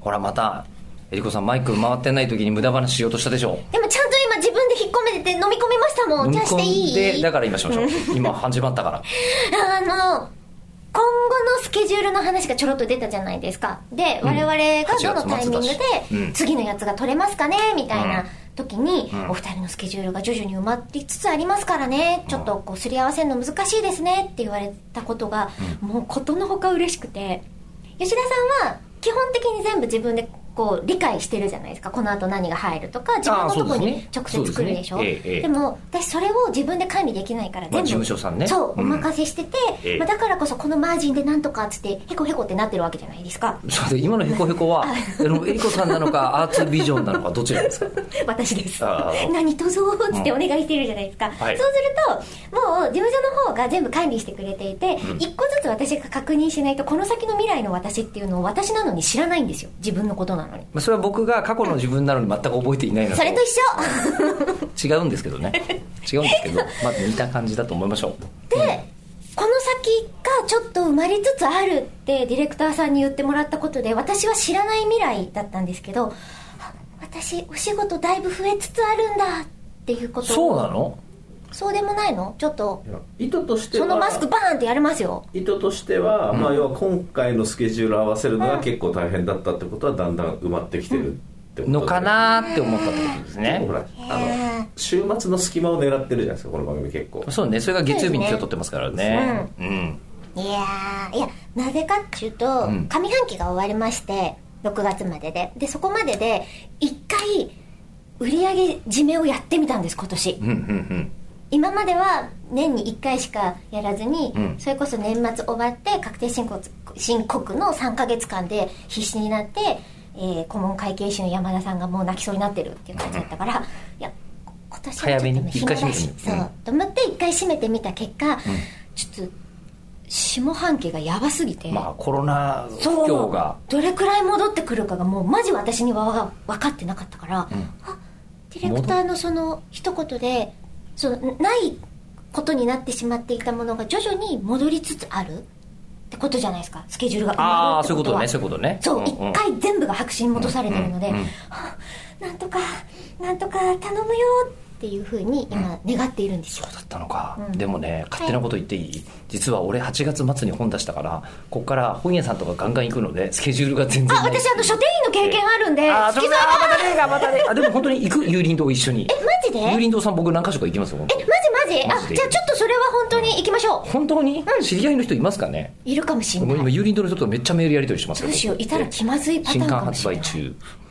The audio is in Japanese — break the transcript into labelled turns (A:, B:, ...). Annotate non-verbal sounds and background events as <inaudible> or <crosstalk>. A: ほらまたえりこさんマイク回ってない時に無駄話しようとしたでしょ
B: でもちゃんと今自分で引っ込めてて飲み込みましたもん。じゃあしてい
A: で
B: い
A: だから今しましょう今始まったから
B: あの、今後のスケジュールの話がちょろっと出たじゃないですか。で、
A: うん
B: 我々がどの
A: 8
B: タイミング
A: 末だしう
B: で
A: ん
B: 次のやつが取れますかね、みたいな時に、
A: ん
B: お二人のスケジュールが徐々に埋まってきつつありますからね、ちょっとこうすり合わせるの難しいですねって言われたことが、もうことのほか嬉しくて、吉田さんは基本的に全部自分でこう理解してるじゃないですか。この後何が入るとか、自分のとこに直接来るでしょ。
A: そうですねええええ
B: でも、私それを自分で管理できないから
A: まあ
B: 全部。
A: 事務所さんね
B: そう、
A: うん
B: お任せせしてて、
A: ええ
B: まあ、だからこそこのマージンでなんとかっつってへこへこってなってるわけじゃないですか <laughs>
A: そうで今のヘコヘコはあのえりこさんなのかアーツビジョンなのかどちらですか
B: 私です
A: ああ
B: 何とぞーっつってお願いしてるじゃないですか、
A: はい
B: そうするともう事務所の方が全部管理してくれていて、
A: うん
B: 一個ずつ私が確認しないとこの先の未来の私っていうのを私なのに知らないんですよ自分のことなのに
A: まあそれは僕が過去の自分なのに全く覚えていないの
B: それと一緒
A: 違うんですけどね違うんです
B: <laughs>
A: けどまあ似た感じだと思いましょう
B: でこの先がちょっと埋まりつつあるってディレクターさんに言ってもらったことで私は知らない未来だったんですけどあ私お仕事だいぶ増えつつあるんだっていうこと
A: そうなの
B: そうでもないのちょっと
C: 意図としては
B: そのマスクバーンってやれますよ
C: 意図としては、まあ、要は今回のスケジュールを合わせるのが結構大変だったってことはだんだん埋まってきてるってことで
A: のかなーって思ったってことですね
C: ほらあ
B: へー
C: の週末の隙間を狙ってるじゃないですかこの番組結構
A: そうねそれが月曜日に今日撮ってますからねうん
B: いやーいやなぜかっていうと、
A: うん
B: 上半期が終わりまして6月までででそこまでで一回売り上げ締めをやってみたんです今年、
A: うんうんうん
B: 今までは年に1回しかやらずに、
A: うん
B: それこそ年末終わって確定申告申告の3ヶ月間で必死になって、えー顧問会計士の山田さんがもう泣きそうになってるっていう感じだったから、いやこ今年は
A: 早めに
B: ちょっと
A: 一回
B: ね暇だ
A: 締
B: し
A: めてみる
B: そう、と思って1回締めてみた結果、ちょっと下半期がやばすぎて、
A: まあコロナ不
B: そう
A: 況が
B: どれくらい戻ってくるかがもうマジ私には分かってなかったから、
A: ん
B: あディレクターのその一言でそのないことになってしまっていたものが徐々に戻りつつあるってことじゃないですかスケジュールが埋
A: あ
B: ま
A: あ
B: るっ
A: そ
B: て
A: ういう
B: こ
A: ことと
B: は
A: ねそういうことね
B: そうん一、
A: ん
B: 回全部が白紙に戻されてるので、
A: うんうんうん
B: はあなんとかなんとか頼むよっていうふうに今願っているんですよ、
A: だったのか、
B: うん
A: でもね勝手なこと言っていい、実は俺8月末に本出したからここから本屋さんとかガンガン行くのでスケジュールが全然
B: あ
A: ない
B: 私あの書店員の経験あるんで
A: あー
B: 好
A: そう
B: きそう
A: だ
B: だ
A: あまたねえかまたねあでも本当に行く有林堂一緒に
B: えマジで
A: 有林堂さん僕何か所か行きますよ本当
B: えマジマ
A: マジ
B: ジあ
A: で
B: じゃあちょっとそれは本当に行きましょう
A: 本当に、知り合いの人いますかね
B: いるかもしれ
A: もう
B: な
A: 今
B: い
A: 有林堂の人とめっちゃメールやり取りしてます
B: どうしよういたら気まずいパタ
A: 新
B: ーン
A: 刊
B: かもし
A: 発売
B: れない
A: 中